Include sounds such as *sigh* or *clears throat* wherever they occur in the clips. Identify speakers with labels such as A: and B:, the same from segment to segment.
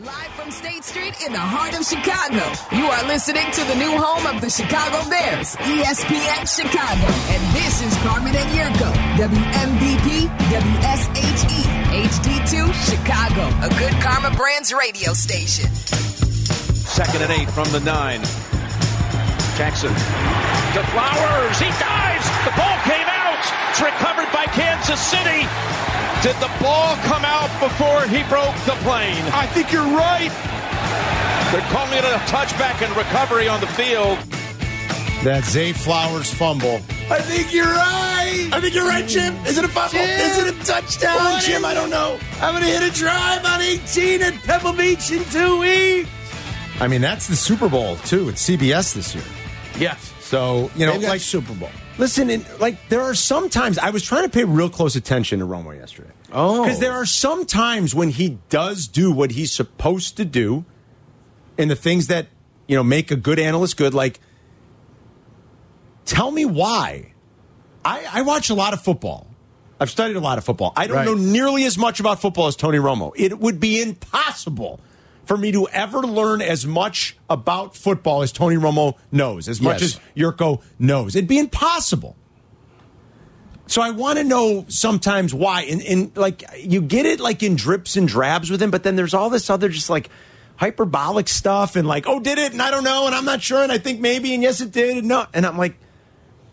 A: Live from State Street in the heart of Chicago, you are listening to the new home of the Chicago Bears, E ESPN Chicago. And this is Carmen and Yurko, WMVP, WSHE, HD2, Chicago, a good Karma Brands radio station.
B: Second and eight from the nine. Jackson to Flowers. He dives. The ball came out. It's recovered by Kansas City. Did the ball come out before he broke the plane? I think you're right. They're calling it a touchback and recovery on the field.
C: That's a Flowers fumble.
D: I think you're right. I think you're right, Jim. Is it a fumble? Is it a touchdown, Jim? I don't know. I'm gonna hit a drive on 18 at Pebble Beach in two weeks.
C: I mean, that's the Super Bowl too. It's CBS this year,
D: Yes.
C: so you know,
D: They've got
C: like
D: Super Bowl.
C: Listen, and, like there are some times I was trying to pay real close attention to Romo yesterday.
D: Oh.
C: because there are some times when he does do what he's supposed to do, and the things that you know make a good analyst good. Like, tell me why. I, I watch a lot of football. I've studied a lot of football. I don't
D: Right.
C: know nearly as much about football as Tony Romo. It would be impossible for me to ever learn as much about football as Tony Romo knows, as much
D: Yes.
C: as Yurko knows. It'd be impossible. So I want to know sometimes why. And, and like you get it like in drips and drabs with him, but then there's all this other just like hyperbolic stuff and like, oh, did it? And I don't know. And I'm not sure. And I think maybe. And yes, it did. And no. And I'm like,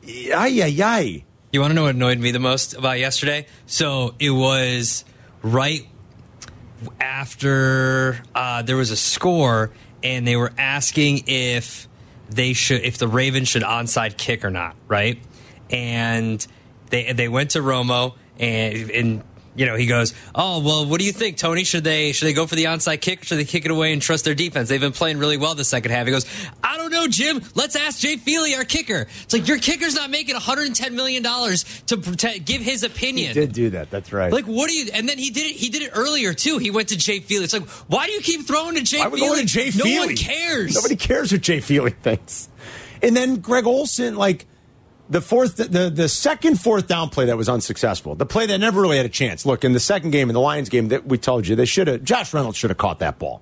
C: ay, ay, ay.
E: You want to know what annoyed me the most about yesterday? So it was right after uh, there was a score, and they were asking if they should, if the Ravens should onside kick or not, right? And they they went to Romo, and and you know he goes, oh well, what do you think, Tony? Should they should they go for the onside kick? Or should they kick it away and trust their defense? They've been playing really well the second half. He goes, I don't know, Jim. Let's ask Jay Feely, our kicker. It's like your kicker's not making 110 million dollars to, to give his opinion.
C: do that. That's right.
E: Like, what do you? And then he did it. He did it earlier too. He went to Jay Feely. It's like, why do you keep throwing to Jay
C: I would
E: Feely?
C: go to Jay
E: no
C: Feely.
E: one cares.
C: Nobody cares what Jay Feely thinks. And then Greg Olson, like the fourth, the the second fourth down play that was unsuccessful, the play that never really had a chance. Look, in the second game, in the Lions game, that we told you they should have. Josh Reynolds should have caught that ball.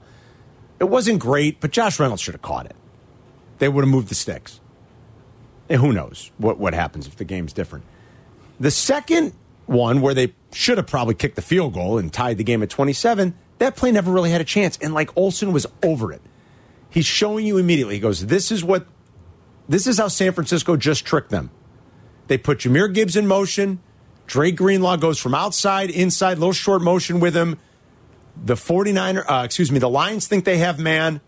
C: It wasn't great, but Josh Reynolds should have caught it. They would have moved the sticks. And who knows what what happens if the game's different. The second one where they should have probably kicked the field goal and tied the game at 27, that play never really had a chance. And like Olson was over it. He's showing you immediately. He goes, This is what this is how San Francisco just tricked them. They put Jameer Gibbs in motion. Dre Greenlaw goes from outside, inside, little short motion with him. The 49er, uh, excuse me, the Lions think they have man.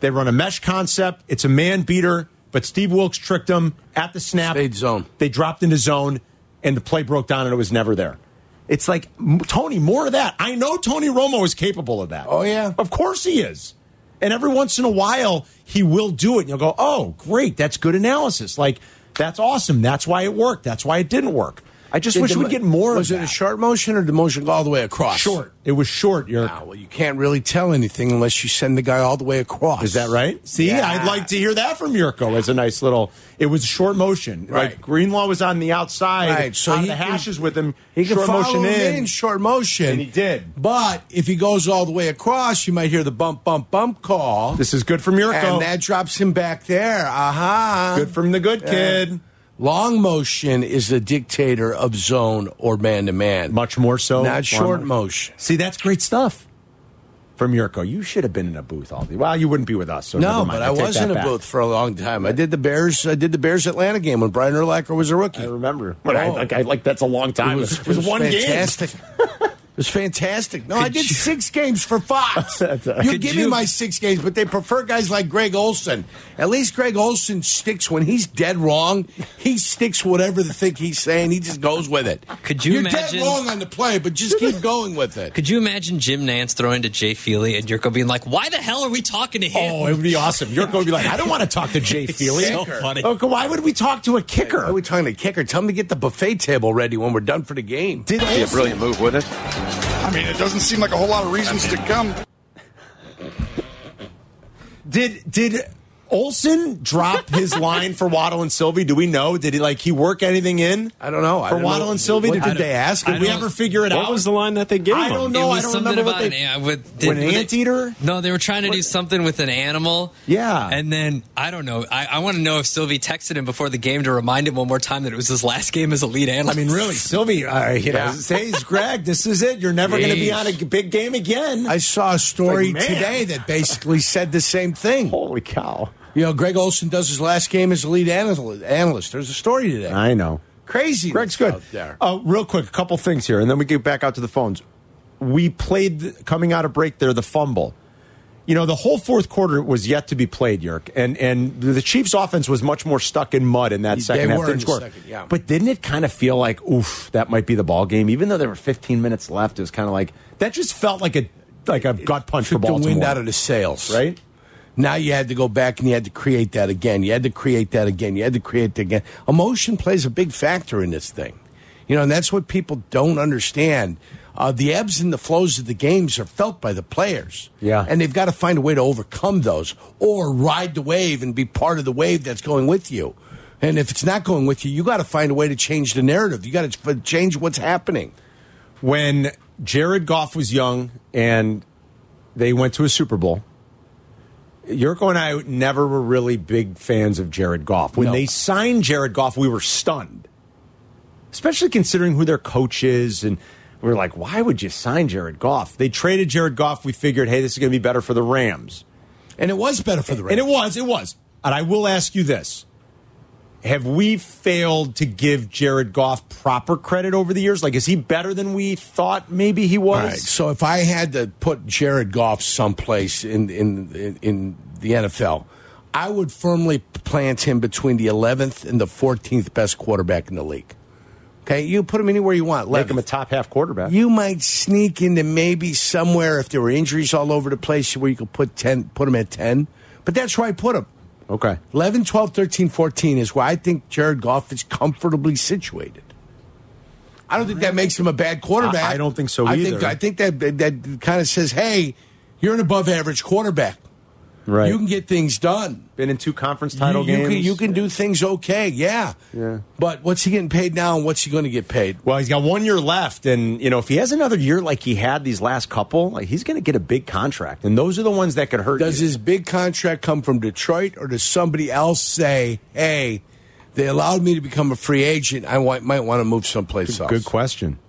C: They run a mesh concept. It's a man beater, but Steve Wilkes tricked them at the snap.
D: Stayed zone.
C: They dropped into zone, and the play broke down, and it was never there. It's like, M- Tony, more of that. I know Tony Romo is capable of that.
D: Oh, yeah.
C: Of course he is. And every once in a while, he will do it. And you'll go, oh, great. That's good analysis. Like, that's awesome. That's why it worked. That's why it didn't work. I just wish
D: Did the-
C: we'd get more
D: Was
C: of
D: it
C: that.
D: a short motion or the motion go all the way across?
C: Short. It was short, Yerk.
D: Ah, well, you can't really tell anything unless you send the guy all the way across.
C: Is that right? See,
D: Yeah.
C: I'd like to hear that from Yurko as a nice little. It was short motion.
D: Right.
C: Like Greenlaw was on the outside,
D: Right, so
C: on
D: he
C: Uh, the
D: can-
C: hashes with him.
D: He can
C: short
D: follow
C: motion
D: him in short motion,
C: And he did.
D: But if he goes all the way across, you might hear the bump, bump, bump call.
C: This is good from Yurko.
D: and that drops him back there. Aha!
C: good from the good kid.
D: Long motion is the dictator of zone or man to man.
C: Much more so.
D: Not short
C: One-
D: motion.
C: See, that's great stuff from Yurko. You should have been in a booth all the. Well, you wouldn't be with us. So never
D: No,
C: mind.
D: but I,
C: take
D: was
C: that
D: in a
C: back.
D: booth for a long time. I did the Bears. I did the Bears Atlanta game when Brian Urlacher was a rookie.
C: I remember. But I,
D: Oh.
C: like, I like that's a long
D: It
C: time.
D: was, it was
C: one
D: fantastic. it was fantastic. No, I did
C: you-
D: six games for
C: *laughs*
D: Fox.
C: That's all right.
D: You
C: Could
D: give
C: you-
D: me my six games, but they prefer guys like Greg Olson. At least Greg Olson sticks when he's dead wrong. He sticks whatever the thing he's saying. He just goes with it.
E: Could you
D: You're
E: imagine-
D: dead wrong on the play, but just keep going with it.
E: Could you imagine Jim Nance throwing to Jay Feely and Yurko being like, "Why the hell are we talking to him?"
C: game. Oh, it would be awesome. Yurko would be like, I don't want to talk to Jay Feely.
E: so funny.
C: Okay, why would we talk to a kicker?
D: Why are we talking to kicker? Tell him to get the buffet table ready when we're done for the game.
C: Did
B: That'd be a brilliant move, wouldn't it?
F: I mean, it doesn't seem like a whole lot of reasons to come.
C: Did did Olson drop his line for Waddle and Sylvie? Do we know? Did he like he work anything in?
D: I don't know. I
C: For
D: don't know.
C: Waddle and Sylvie,
D: What-
C: did,
E: I don't-
C: they ask? Did
E: I
C: we
E: don't-
C: ever figure it out?
F: What was the line that they gave
C: I
F: him?
C: don't know.
E: it
C: I
E: was
C: don't
E: something
C: remember
E: about
C: what they.
E: an, an, with,
C: when an anteater.
E: No, they were trying to do something with an animal.
C: Yeah.
E: And then I don't know. I, I want to know if Sylvie texted him before the game to remind him one more time that it was his last game as a lead
C: I
E: analyst.
C: mean,
E: *laughs*
C: really, Sylvie, uh, you know, says, Greg, this is it. You're never going to be on a g- big game again.
D: I saw a story
C: Like, man.
D: today that basically said the
C: *laughs*
D: same thing.
C: Holy cow.
D: You know, Greg Olson does his last game as a lead analyst. analyst. There's a story today.
C: I know.
D: Crazy.
C: Greg's good.
D: Out there.
C: Uh, real quick, a couple things here, and then we get back out to the phones. We played th- coming out of break there the fumble. You know, the whole fourth quarter was yet to be played, Yerk, and and the Chiefs' offense was much more stuck in mud in that
D: They
C: second half.
D: were in
C: Didn't
D: the
C: score.
D: second, yeah.
C: But didn't it kind of feel like, oof, that might be the ball game? Even though there were 15 minutes left, it was kind of like that. Just felt like a like a gut punch for
D: Took the
C: Baltimore,
D: wind out of the sails.
C: right?
D: Now you had to go back and you had to create that again. You had to create that again. You had to create that again. Emotion plays a big factor in this thing. You know, and that's what people don't understand. Uh, the ebbs and the flows of the games are felt by the players.
C: Yeah.
D: And they've got to find a way to overcome those or ride the wave and be part of the wave that's going with you. And if it's not going with you, you got to find a way to change the narrative. You got to change what's happening.
C: when Jared Goff was young and they went to a Super Bowl, Yurko and I never were really big fans of Jared Goff. When
D: No.
C: they signed Jared Goff, we were stunned, especially considering who their coach is. And we were like, why would you sign Jared Goff? They traded Jared Goff. We figured, hey, this is going to be better for the Rams.
D: And it was better for the Rams.
C: And it was, it was. And I will ask you this. Have we failed to give Jared Goff proper credit over the years? Like, is he better than we thought maybe he was?
D: All right. So if I had to put Jared Goff someplace in in in, in the NFL, I would firmly plant him between the 11th and the 14th best quarterback in the league. Okay, you put him anywhere you want.
C: make him a
D: 11th.
C: top half quarterback.
D: You might sneak into maybe somewhere if there were injuries all over the place where you could put 10 put him at 10, but that's where I put him.
C: okay.
D: 11, 12, 13, 14 is where I think Jared Goff is comfortably situated. I don't think that makes him a bad quarterback.
C: I- I don't think so
D: I
C: either.
D: Think, I think that that kind of says, hey, you're an above average quarterback.
C: Right.
D: You can get things done.
C: been in two conference
D: You,
C: title
D: you
C: games.
D: can, you can do things okay, yeah.
C: Yeah.
D: But what's he getting paid now and what's he going to get paid?
C: well, he's got one year left, and you know if he has another year like he had these last couple, like he's going to get a big contract, and those are the ones that could hurt.
D: Does
C: you.
D: his big contract come from Detroit or does somebody else say, hey, they allowed me to become a free agent. I wa- might want to move someplace else?
C: Good question.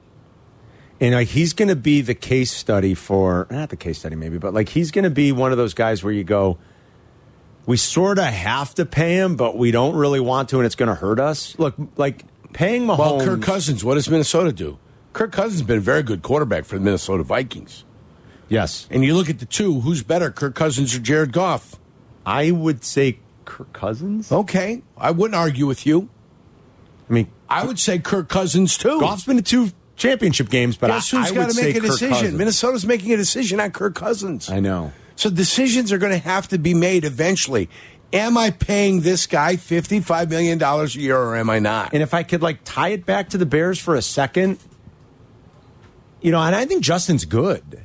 C: And like he's going to be the case study for not the case study maybe, but like he's going to be one of those guys where you go, we sort of have to pay him, but we don't really want to, and it's going to hurt us. Look, like paying Mahomes.
D: Well, Kirk Cousins, what does Minnesota do? Kirk Cousins has been a very good quarterback for the Minnesota Vikings.
C: yes,
D: And you look at the two, who's better, Kirk Cousins or Jared Goff?
C: I would say Kirk Cousins.
D: Okay, I wouldn't argue with you.
C: Oh. I mean,
D: I would say Kirk Cousins too.
C: Goff's been to two championship games, but
D: Guess
C: I,
D: who's
C: I
D: got
C: would
D: to
C: say
D: make a
C: Kirk
D: decision?
C: Cousins.
D: Minnesota's making a decision on Kirk Cousins.
C: I know.
D: So decisions are going to have to be made eventually. Am I paying this guy $55 million a year or am I not?
C: And if I could like tie it back to the Bears for a second, you know, and I think Justin's good.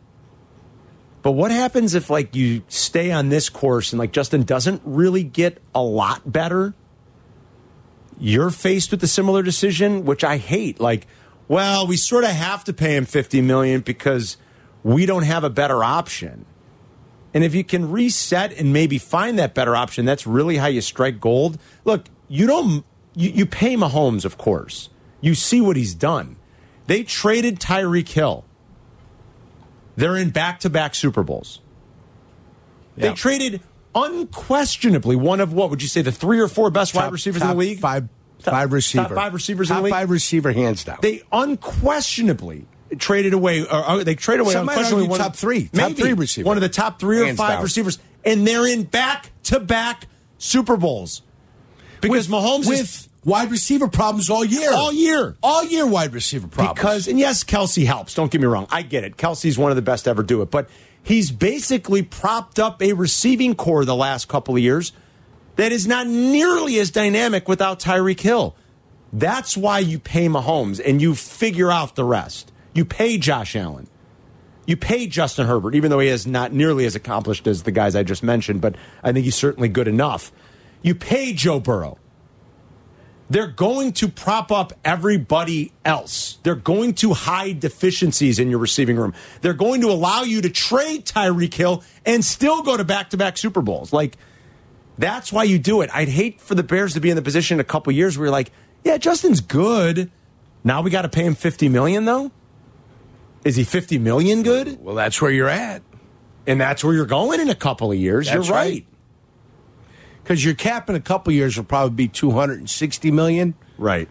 C: But what happens if like you stay on this course and like Justin doesn't really get a lot better? You're faced with a similar decision, which I hate. Like, well, we sort of have to pay him 50 million because we don't have a better option. And if you can reset and maybe find that better option, that's really how you strike gold. Look, you don't you, you pay Mahomes, of course. You see what he's done. They traded Tyreek Hill. They're in back-to-back Super Bowls.
D: Yeah.
C: They traded unquestionably one of what would you say the three or four best wide
D: Top-
C: receivers in
D: top
C: the league?
D: Five,
C: Top-
D: five receiver.
C: Top five receivers in
D: Top
C: the league.
D: five receiver, hands down.
C: They unquestionably traded away, or, or they traded away
D: Some might
C: unquestionably
D: argue
C: one
D: top three, top
C: maybe
D: three receiver.
C: one of the top three or
D: Hands
C: five
D: down.
C: receivers, and they're in back-to-back Super Bowls because Mahomes
D: with
C: is
D: wide receiver problems all year.
C: all year.
D: All year wide receiver problems.
C: Because and yes, Kelsey helps. Don't get me wrong. I get it. Kelsey's one of the best to ever do it, but he's basically propped up a receiving core the last couple of years that is not nearly as dynamic without Tyreek Hill. That's why you pay Mahomes and you figure out the rest. You pay Josh Allen. you pay Justin Herbert, even though he is not nearly as accomplished as the guys I just mentioned, but I think he's certainly good enough. You pay Joe Burrow. They're going to prop up everybody else. They're going to hide deficiencies in your receiving room. They're going to allow you to trade Tyreek Hill and still go to back to back Super Bowls. Like, that's why you do it. I'd hate for the Bears to be in the position in a couple years where you're like, yeah, Justin's good. Now we got to pay him 50 million though? Is he 50 million good?
D: Well, that's where you're at
C: And that's where you're going in a couple of years.
D: That's
C: you're
D: right. because your cap in a couple years will probably be 260 million.
C: Right.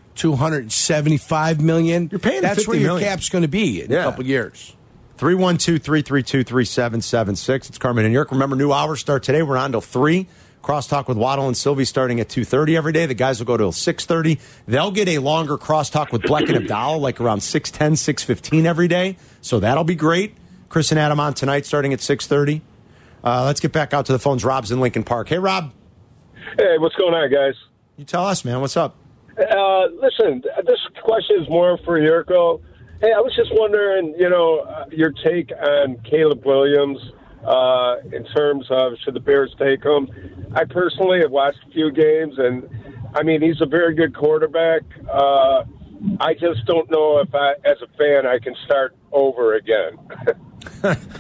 D: 275 million.
C: You're paying
D: That's
C: 50
D: where your
C: million.
D: cap's going to be in
C: Yeah.
D: a couple years.
C: 312 332 3776. It's Carmen and York. Remember, new hours start today. We're on till 3. Crosstalk with Waddle and Sylvie starting at 2.30 every day. The guys will go till 6.30. They'll get a longer crosstalk with Bleck and Abdallah, like around 6.10, 6.15 every day. So that'll be great. Chris and Adam on tonight starting at 6.30. Uh, let's get back out to the phones. Rob's in Lincoln Park. Hey, Rob,
F: Hey, what's going on, guys?
C: you tell us, man. What's up?
F: Uh, listen, this question is more for Yurko. Hey, I was just wondering, you know, uh, your take on Caleb Williams uh, in terms of should the Bears take him? I personally have watched a few games, and I mean, he's a very good quarterback. Uh, I just don't know if I, as a fan, I can start over again.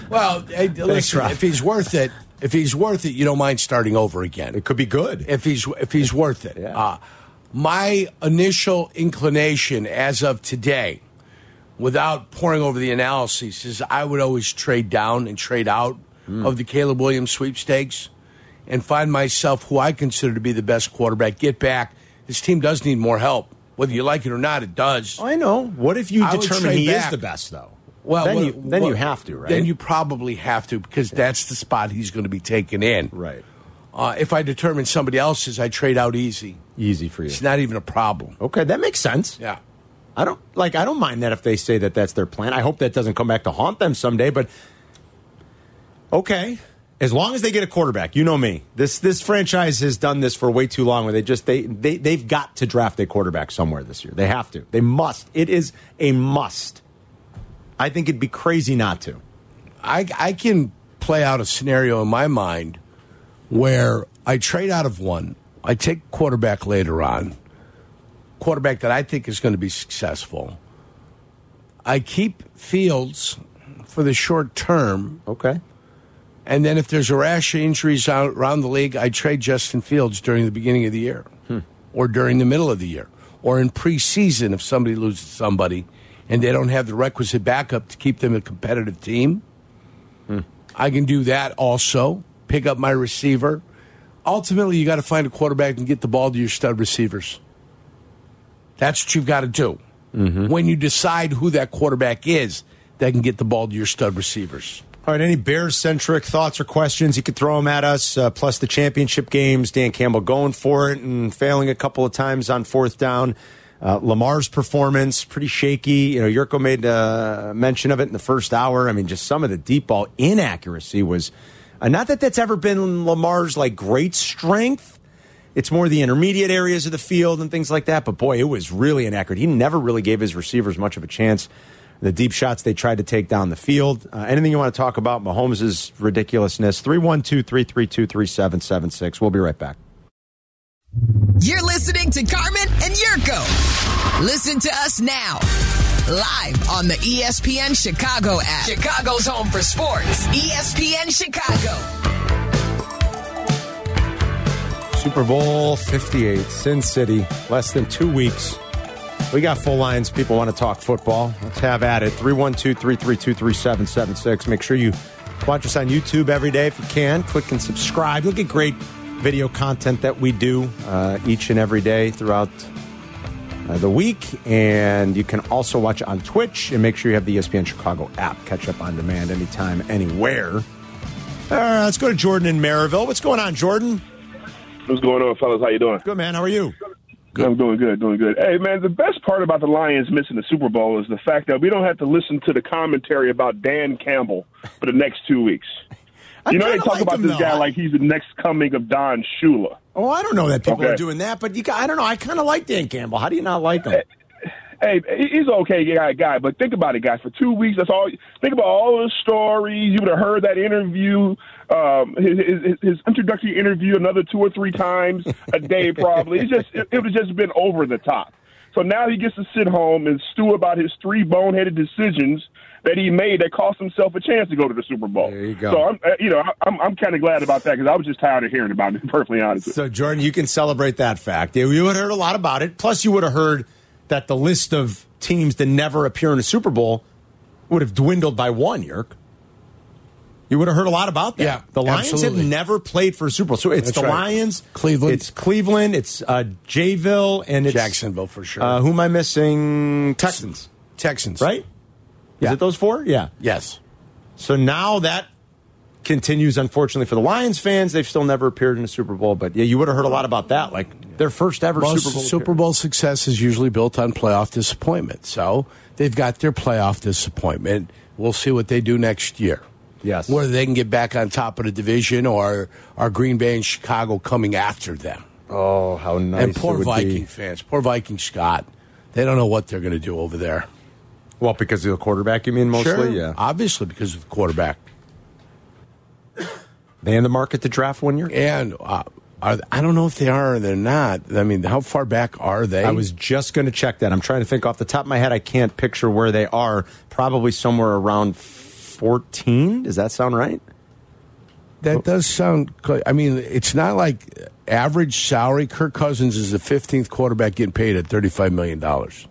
D: Well, hey, listen,
C: Rob.
D: if he's worth it, if he's worth it, you don't mind starting over again.
C: It could be good.
D: if he's if he's worth it.
C: Yeah.
D: Uh, my initial inclination as of today, without pouring over the analyses, is I would always trade down and trade out
C: Hmm.
D: of the Caleb Williams sweepstakes and find myself who I consider to be the best quarterback. Get back. This team does need more help. Whether you like it or not, it does.
C: I know. What if you
D: I would
C: determine
D: trade
C: he
D: back.
C: is the best, though?
D: Well,
C: then,
D: well,
C: you, then
D: well,
C: you have to, right?
D: Then you probably have to because that's the spot he's going to be taken in.
C: right.
D: Uh, if I determine somebody else's, I trade out easy.
C: Easy for you.
D: It's not even a problem.
C: Okay, that makes sense.
D: Yeah.
C: I don't like. I don't mind that if they say that that's their plan. I hope that doesn't come back to haunt them someday. But okay, as long as they get a quarterback, you know me. This this franchise has done this for way too long. Where they just they they they've got to draft a quarterback somewhere this year. They have to. They must. It is a must. I think it'd be crazy not to.
D: I, I can play out a scenario in my mind where I trade out of one, I take quarterback later on, quarterback that I think is going to be successful. I keep Fields for the short term,
C: Okay.
D: and then if there's a rash of injuries out around the league, I trade Justin Fields during the beginning of the year, or during the middle of the year, or in preseason if somebody loses somebody and they don't have the requisite backup to keep them a competitive team. I can do that also. Pick up my receiver. Ultimately, you got to find a quarterback and get the ball to your stud receivers. That's what you've got to do. When you decide who that quarterback is that can get the ball to your stud receivers.
C: All right, any Bears centric thoughts or questions, you could throw them at us. Uh, plus the championship games, Dan Campbell going for it and failing a couple of times on fourth down. Uh, Lamar's performance, pretty shaky. You know, Yurko made uh, mention of it in the first hour. I mean, just some of the deep ball inaccuracy was uh, not that that's ever been Lamar's like great strength. It's more the intermediate areas of the field and things like that. But boy, it was really inaccurate. He never really gave his receivers much of a chance the deep shots they tried to take down the field. Uh, anything you want to talk about? Mahomes' ridiculousness. 312 332 3776. We'll be right back.
A: You're listening to Carmen and Yurko. Listen to us now. Live on the E ESPN Chicago app. Chicago's home for sports. E ESPN Chicago.
C: Super Bowl 58, Sin City, less than two weeks. We got full lines. People want to talk football. Let's have at it. 312 332 3776. Make sure you watch us on YouTube every day if you can. Click and subscribe. You'll get great video content that we do uh, each and every day throughout uh, the week. And you can also watch on Twitch and make sure you have the E ESPN Chicago app. Catch up on demand anytime, anywhere. All right, let's go to Jordan in Maryville. What's going on, Jordan?
G: What's going on, fellas? How you doing?
C: Good, man. How are you?
G: I'm doing good, doing good. Hey, man, the best part about the Lions missing the Super Bowl is the fact that we don't have to listen to the commentary about Dan Campbell for the next two weeks. you know, they
C: kinda
G: talk
C: like
G: about
C: him,
G: this
C: though.
G: guy like he's the next coming of Don Shula.
C: Oh, I don't know that people
G: Okay.
C: are doing that, but you, ca- I don't know. I kind of like Dan Campbell. How do you not like him?
G: Hey, he's an okay guy, guy, but think about it, guys. For two weeks, that's all. Think about all those stories. You would have heard that interview, um, his, his, his introductory interview, another two or three times a
C: *laughs*
G: day, probably. It's just it, it would have just been over the top. So now he gets to sit home and stew about his three boneheaded decisions that he made that cost himself a chance to go to the Super Bowl.
C: There you go.
G: So I'm, uh, you know, I'm, I'm kind of glad about that because I was just tired of hearing about it. *laughs* to be Perfectly honest. with you.
C: So, Jordan, you can celebrate that fact. You would have heard a lot about it. Plus, you would have heard that the list of teams that never appear in a Super Bowl would have dwindled by one, Yerk. You would have heard a lot about that.
D: Yeah,
C: the Lions
D: absolutely.
C: have never played for a Super Bowl. So it's
D: That's
C: the
D: right.
C: Lions,
D: Cleveland.
C: it's Cleveland, it's uh, Jayville, and it's
D: Jacksonville for sure.
C: Uh, who am I missing? Texans,
D: Texans,
C: right? Is it those four? Yeah.
D: Yes.
C: So now that continues, unfortunately, for the Lions fans. They've still never appeared in a Super Bowl, but yeah, you would have heard a lot about that. Like their first ever
D: Most
C: Super Bowl.
D: Super
C: appearance.
D: Bowl success is usually built on playoff disappointment. So they've got their playoff disappointment. We'll see what they do next year.
C: Yes.
D: Whether they can get back on top of the division or are Green Bay and Chicago coming after them.
C: Oh, how nice!
D: and
C: it
D: poor
C: would
D: Viking
C: be.
D: fans, poor Viking Scott. They don't know what they're going to do over there.
C: Well, because of the quarterback, you mean mostly?
D: Sure,
C: Yeah.
D: Obviously, because of the quarterback.
C: They in the market to draft one year.
D: And uh, are, I don't know if they are or they're not. I mean, how far back are they?
C: I was just going to check that. I'm trying to think off the top of my head. I can't picture where they are. Probably somewhere around 14. Does that sound right?
D: That does sound. cl- I mean, it's not like average salary. Kirk Cousins is the fifteenth quarterback getting paid at thirty-five million dollars.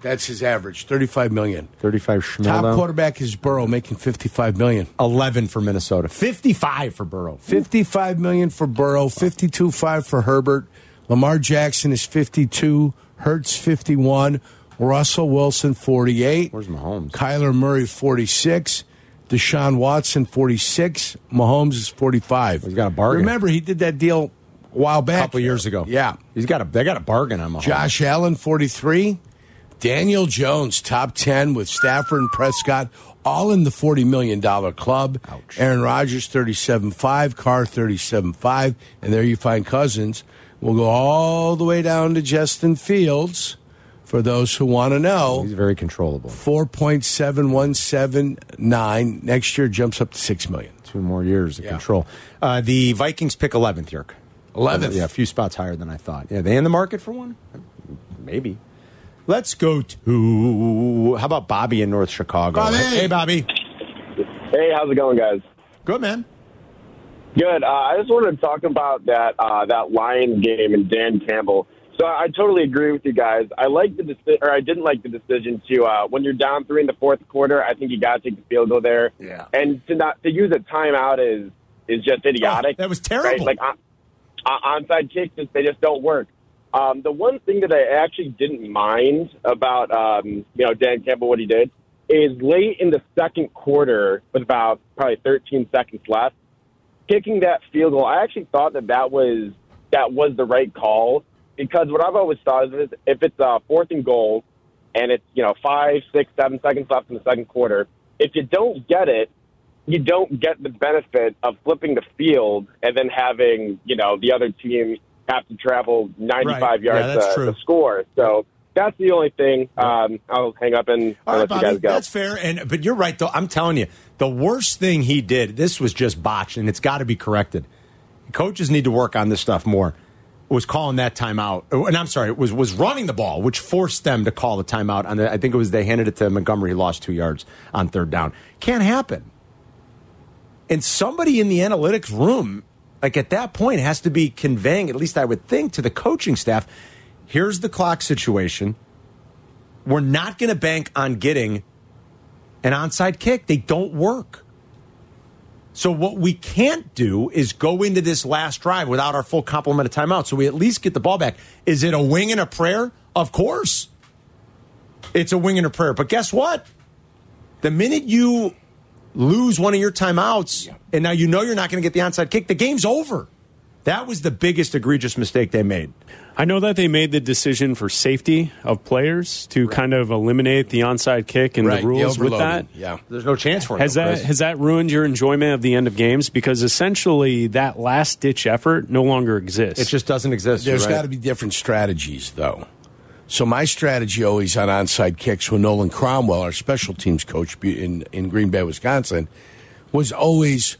D: That's his average, thirty-five million.
C: 35.
D: Top
C: Schmeldow.
D: quarterback is Burrow, making fifty-five million.
C: 11 for Minnesota. 55 for Burrow.
D: Fifty-five million for Burrow, fifty-two five for Herbert. Lamar Jackson is fifty-two. Hertz fifty-one. Russell Wilson forty-eight.
C: Where's Mahomes?
D: Kyler Murray forty-six. Deshaun Watson forty-six. Mahomes is forty-five.
C: He's got a bargain.
D: Remember, he did that deal a while back,
C: A couple years ago.
D: Yeah.
C: He's got a they got a bargain on Mahomes.
D: Josh Allen, 43. Daniel Jones, top 10 with Stafford and Prescott, all in the $40 million club.
C: Ouch.
D: Aaron Rodgers, 37.5. Carr, 37.5. And there you find Cousins. We'll go all the way down to Justin Fields for those who want to know.
C: He's very controllable.
D: 4.7179. Next year jumps up to 6 million.
C: Two more years of
D: Yeah.
C: control. Uh, the Vikings pick 11th, Yerk.
D: 11th.
C: Yeah, a few spots higher than I thought. Yeah, they in the market for one? Maybe. Let's go to how about Bobby in North Chicago?
D: Bobby!
C: Hey, Bobby.
H: Hey, how's it going, guys?
C: Good man.
H: Good. Uh, I just wanted to talk about that uh, that Lions game and Dan Campbell. So I totally agree with you guys. I like the deci- or I didn't like the decision to uh, when you're down three in the fourth quarter. I think you got to take the field goal there.
C: Yeah.
H: And to not to use a timeout is is just idiotic.
C: Oh, that was terrible.
H: Right? Like on, on- onside kicks, just, they just don't work. Um, the one thing that I actually didn't mind about um, you know Dan Campbell what he did is late in the second quarter with about probably 13 seconds left kicking that field goal, I actually thought that that was that was the right call because what I've always thought is if it's a fourth and goal and it's you know five, six, seven seconds left in the second quarter, if you don't get it, you don't get the benefit of flipping the field and then having you know the other team have to travel 95
C: Right. Yeah,
H: yards
C: that's
H: to,
C: true.
H: to score. So that's the only thing. Um, I'll hang up and
C: All
H: I'll
C: right,
H: let you
C: Bobby,
H: guys go.
C: that's fair. And but you're right though. I'm telling you, the worst thing he did. This was just botched, and it's got to be corrected. Coaches need to work on this stuff more. Was calling that timeout, oh, and I'm sorry, it was was running the ball, which forced them to call the timeout. On the, I think it was they handed it to Montgomery, he lost two yards on third down. Can't happen. And somebody in the analytics room, like at that point, has to be conveying, at least I would think, to the coaching staff here's the clock situation. We're not going to bank on getting an onside kick, they don't work. So, what we can't do is go into this last drive without our full complement of timeouts. So, we at least get the ball back. Is it a wing and a prayer? Of course. It's a wing and a prayer. But guess what? The minute you lose one of your timeouts and now you know you're not going to get the onside kick, the game's over. That was the biggest egregious mistake they made.
I: I know that they made the decision for safety of players to kind of eliminate the onside kick and the rules with that.
D: overloading. Yeah.
C: There's no chance for it.
I: Has
C: though,
I: that
C: Chris.
I: has that ruined your enjoyment of the end of games? Because essentially, that last ditch effort no longer exists.
C: it just doesn't exist.
D: There's
C: There's
D: got to be different strategies, though. So my strategy always on onside kicks when Nolan Cromwell, our special teams coach in in Green Bay, Wisconsin, was always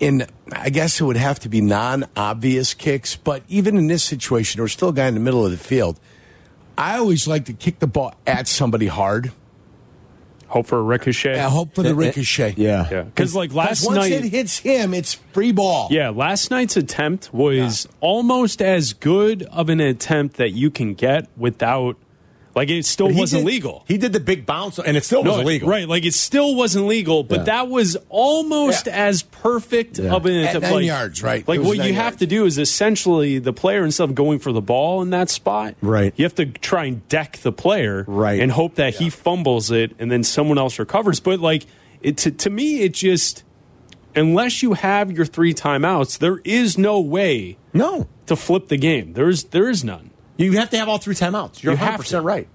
D: in I guess it would have to be non-obvious kicks, but even in this situation, there was still a guy in the middle of the field. I always like to kick the ball at somebody hard.
I: Hope for a ricochet.
D: Yeah, hope for the ricochet.
C: Yeah.
I: Yeah, because like
D: Because
I: last
D: once
I: night,
D: it hits him, it's free ball.
I: yeah, last night's attempt was almost as good of an attempt that you can get without, like, it still
C: But he
I: wasn't
C: did-
I: legal.
C: He did the big bounce, and it still was illegal.
I: right? Like, it still wasn't legal, but
C: Yeah.
I: that was almost
D: Yeah.
I: as perfect
C: Yeah.
I: of an
D: At
I: attempt.
D: nine
I: like,
D: yards, right?
I: Like,
D: It was
I: what you
D: nine
I: have
D: yards.
I: to do is essentially the player instead of going for the ball in that spot,
C: Right.
I: You have to try and deck the player,
C: Right.
I: and hope that he fumbles it and then someone else recovers. But like, it, to to me, it just unless you have your three timeouts, there is no way
C: No.
I: to flip the game. There is there is none.
C: You have to have all three timeouts. You're
I: You have
C: 100%
I: to.
C: right.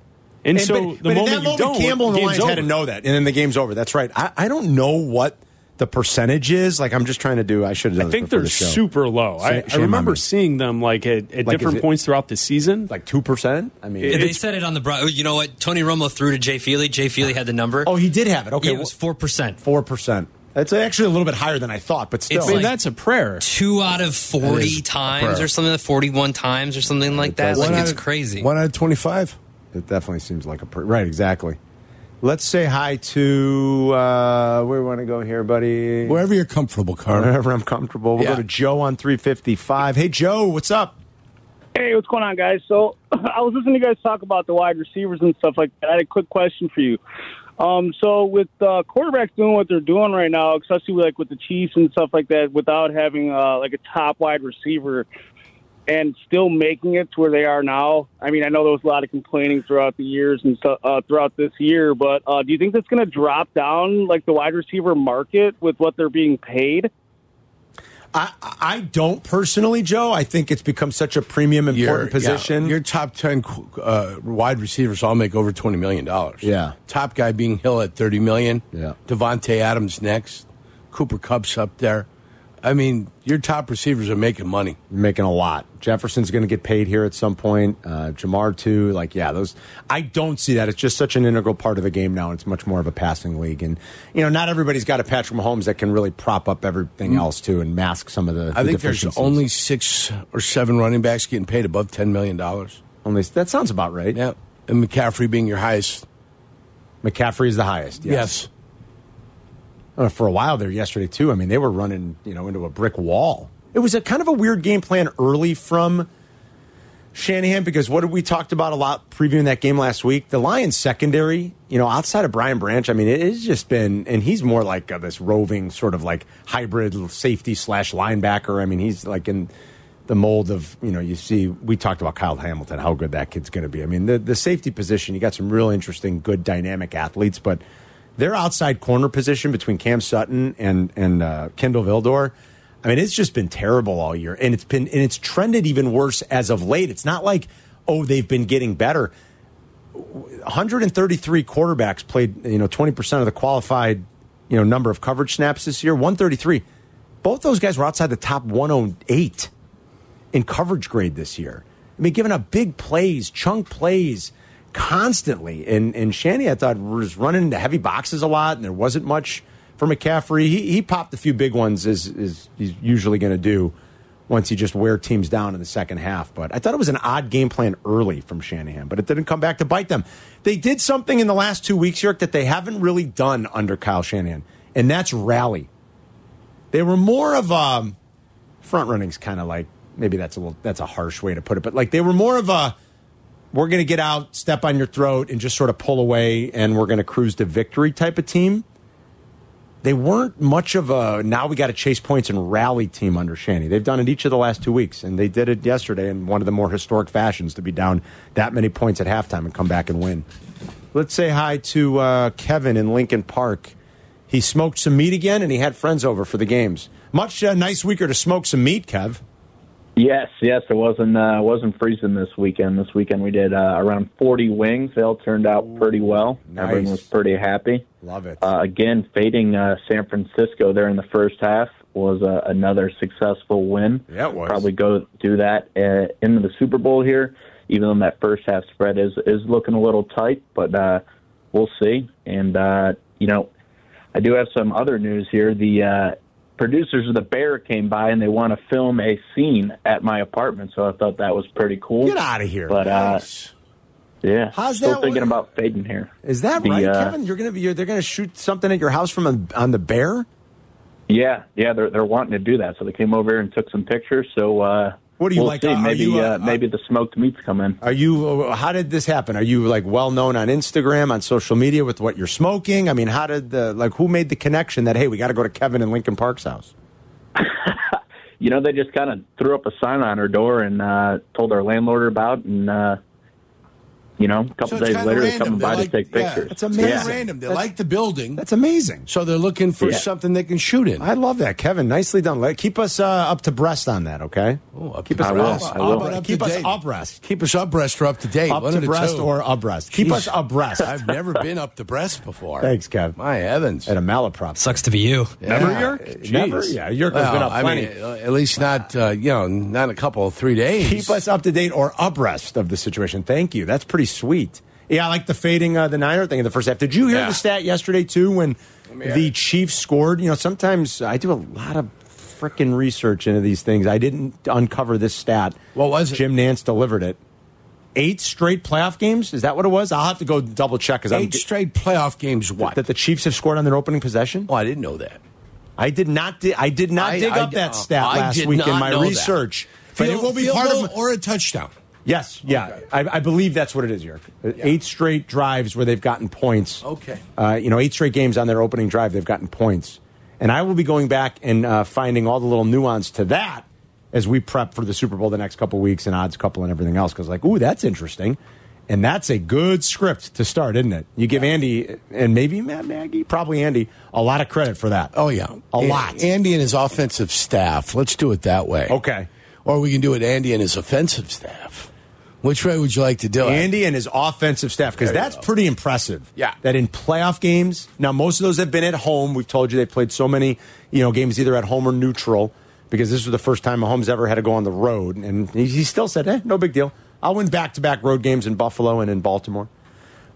I: And,
C: And-
I: so
C: but,
I: the
C: but
I: moment
C: in that
I: you
C: moment,
I: don't,
C: Campbell and the
I: game's
C: Lions had to
I: over.
C: know that, and then the game's over. That's right. I, I don't know what the percentage is. Like I'm just trying to do. I should have
I: I
C: done. this
I: think
C: before
I: they're
C: the show.
I: super low. I,
C: Shame
I: I
C: on
I: remember
C: me.
I: seeing them like at, at
C: Like, is
I: different
C: it-
I: points throughout the season.
C: like two percent. I mean,
E: Yeah, they said it on the broad. You know what? Tony Romo threw to Jay Feely. Jay Feely had the number.
C: oh, he did have it. Okay,
E: Yeah, it was four percent.
C: four percent. That's actually a little bit higher than I thought, but still,
E: It's
I: I mean,
E: like-
I: that's a prayer.
E: Two out of forty times, or something, forty-one times, or something like that.
C: does.
E: Like
D: One
E: it's
D: out of-
E: crazy.
D: One out of twenty-five.
C: it definitely seems like a per- right. Exactly. Let's say hi to uh, where we want to go here, buddy.
D: Wherever you're comfortable, *laughs* Carter.
C: Wherever I'm comfortable. We'll
D: Yeah.
C: go to Joe on 355. Hey, Joe, what's up?
J: Hey, what's going on, guys? So *clears throat* I was listening to you guys talk about the wide receivers and stuff like that. I had a quick question for you. Um, so with uh, quarterbacks doing what they're doing right now, especially like with the Chiefs and stuff like that, without having uh, like a top wide receiver and still making it to where they are now. I mean, I know there was a lot of complaining throughout the years and so, uh, throughout this year, but uh, do you think that's going to drop down like the wide receiver market with what they're being paid?
C: I, I don't personally, Joe. I think it's become such a premium important
D: Your- yeah,
C: position.
D: your top ten uh, wide receivers all make over twenty million dollars.
C: Yeah.
D: Top guy being Hill at thirty million.
C: Yeah.
D: Devonte Adams next. Cooper Cup's up there. I mean, your top receivers are making money.
C: making a lot. Jefferson's going to get paid here at some point. Uh, Jamar too. Like, yeah, those. I don't see that. It's just such an integral part of the game now. and It's much more of a passing league, and you know, not everybody's got a Patrick Mahomes that can really prop up everything else too and mask some of the.
D: Mm. I
C: the
D: think there's
C: deficiencies.
D: only six or seven running backs getting paid above ten million dollars.
C: only that sounds about right.
D: Yeah, and McCaffrey being your highest.
C: McCaffrey is the highest. Yes. Uh, for a while there yesterday too. I mean, they were running you know into a brick wall. It was a kind of a weird game plan early from Shanahan because what did we talked about a lot previewing that game last week? The Lions secondary, you know, outside of Brian Branch, I mean, it has just been, and he's more like uh, this roving sort of like hybrid safety slash linebacker. I mean, he's like in the mold of you know you see we talked about Kyle Hamilton how good that kid's going to be. I mean, the the safety position, you got some real interesting, good dynamic athletes, but their outside corner position between Cam Sutton and and uh, Kendall Vildor. I mean, it's just been terrible all year, and it's been and it's trended even worse as of late. It's not like oh they've been getting better. 133 quarterbacks played you know 20 percent of the qualified you know number of coverage snaps this year. 133. Both those guys were outside the top 108 in coverage grade this year. I mean, giving up big plays, chunk plays constantly. And and Shanny, I thought, was running into heavy boxes a lot, and there wasn't much for McCaffrey. He, he popped a few big ones, as, as he's usually going to do once you just wear teams down in the second half. But I thought it was an odd game plan early from Shanahan, but it didn't come back to bite them. They did something in the last two weeks, York, that they haven't really done under Kyle Shanahan, and that's rally. They were more of um, front running's kind of like maybe that's a little that's a harsh way to put it, but like they were more of a we're going to get out, step on your throat, and just sort of pull away, and we're going to cruise to victory type of team. They weren't much of a now we got to chase points and rally team under Shanny. They've done it each of the last two weeks, and they did it yesterday in one of the more historic fashions to be down that many points at halftime and come back and win. Let's say hi to uh, Kevin in Lincoln Park. He smoked some meat again, and he had friends over for the games. Much uh, nice weaker to smoke some meat, Kev.
K: Yes, yes, it wasn't uh, it wasn't freezing this weekend. This weekend we did uh, around 40 wings. They all turned out pretty well.
C: nice.
K: Everyone was pretty happy.
C: Love it.
K: Uh, again, fading uh, San Francisco there in the first half was uh, another successful win.
C: Yeah, it was.
K: Probably go do that uh, into the Super Bowl here. even though that first half spread is is looking a little tight, but uh, we'll see. And uh, you know, I do have some other news here. The uh, producers of the Bear came by and they want to film a scene at my apartment, so I thought that was pretty cool.
C: Get outta here.
K: But
C: Nice.
K: uh, yeah,
C: How's
K: still
C: that
K: thinking
C: work?
K: about fading here.
C: Is that
K: The,
C: right,
K: uh,
C: Kevin? You're gonna be. You're, they're gonna shoot something at your house from a, on the bear.
K: Yeah, yeah, they're they're wanting to do that, so they came over here and took some pictures. So uh,
C: What do you
K: we'll
C: like,
K: See.
C: uh, are
K: maybe
C: you,
K: uh,
C: uh,
K: maybe the smoked meats come in.
C: Are you? uh, How did this happen? Are you like well known on Instagram, on social media with what you're smoking? I mean, how did the like who made the connection that hey, we got to go to Kevin in Lincoln Park's house?
K: you know, they just kind of threw up a sign on her door and uh, told our landlord about, and uh, you know, a couple
D: So it's
K: days
D: kinda
K: later, they
D: random.
K: come
D: They're
K: by
D: like-
K: to take
D: yeah,
K: pictures.
D: It's amazing.
K: Yeah.
D: random. They
C: That's-
D: like the building,
C: That's amazing.
D: so they're looking for
K: Yeah.
D: something they can shoot in.
C: I love that, Kevin. Nicely done. Let, keep us uh, up to breast on that, okay?
D: Oh, up
C: keep
D: to
C: us
K: breast.
C: abreast.
K: I will.
C: Up-
K: But
D: up
C: keep
D: to
C: us
D: date.
C: abreast.
D: Keep us abreast or up to date.
C: Up
D: one
C: to
D: of the
C: breast
D: two.
C: or abreast. Keep
D: Jeez.
C: us
D: *laughs*
C: abreast. *laughs*
D: I've never been up to breast before.
C: Thanks, Kev.
D: My heavens.
C: At a malaprop.
E: Sucks to be you.
I: Never,
D: Yeah.
I: York?
C: Uh, never-
I: Jeez.
C: Yeah, York has
D: Well,
C: been up
D: I
C: plenty.
D: mean, uh, at least not uh, you know, not a couple, three days.
C: keep us up to date or abreast of the situation. Thank you. That's pretty sweet. Yeah, I like the fading uh, the Niner thing in the first half. Did you hear
D: Yeah.
C: the stat yesterday too when the Chiefs scored? You know, sometimes I do a lot of freaking research into these things. I didn't uncover this stat.
D: What was it?
C: Jim Nance delivered it. Eight straight playoff games. Is that what it was? I'll have to go double check because I'm
D: eight straight playoff games. What?
C: that the Chiefs have scored on their opening possession.
D: oh, I didn't know that.
C: I did not. Di- I did not
D: I-
C: dig
D: I-
C: up that
D: uh,
C: stat
D: I
C: last
D: did
C: week in
D: not
C: my
D: know that.
C: research. But
D: Field-
C: it will be
D: field
C: part
D: goal
C: of
D: or a touchdown.
C: Yes, yeah, I, I believe that's what it is, York. Eight straight drives where they've gotten points.
D: Okay.
C: uh, you know, eight straight games on their opening drive, they've gotten points, and I will be going back and uh, finding all the little nuance to that as we prep for the Super Bowl the next couple weeks and odds couple and everything else. Because like, ooh, that's interesting, and that's a good script to start, isn't it? You give Andy and maybe Matt Nagy, probably Andy, a lot of credit for that.
D: Oh yeah,
C: a
D: An-
C: lot.
D: Andy and his offensive staff. Let's do it that way.
C: Okay.
D: Or we can do it Andy and his offensive staff. Which way would you like to do it?
C: Andy and his offensive staff because
D: There you
C: that's
D: go.
C: pretty impressive.
D: Yeah.
C: that in playoff games. Now most of those have been at home. We've told you they played so many, you know, games either at home or neutral because this was the first time Mahomes ever had to go on the road, and he, he still said, "Eh, no big deal. I'll win back to back road games in Buffalo and in Baltimore."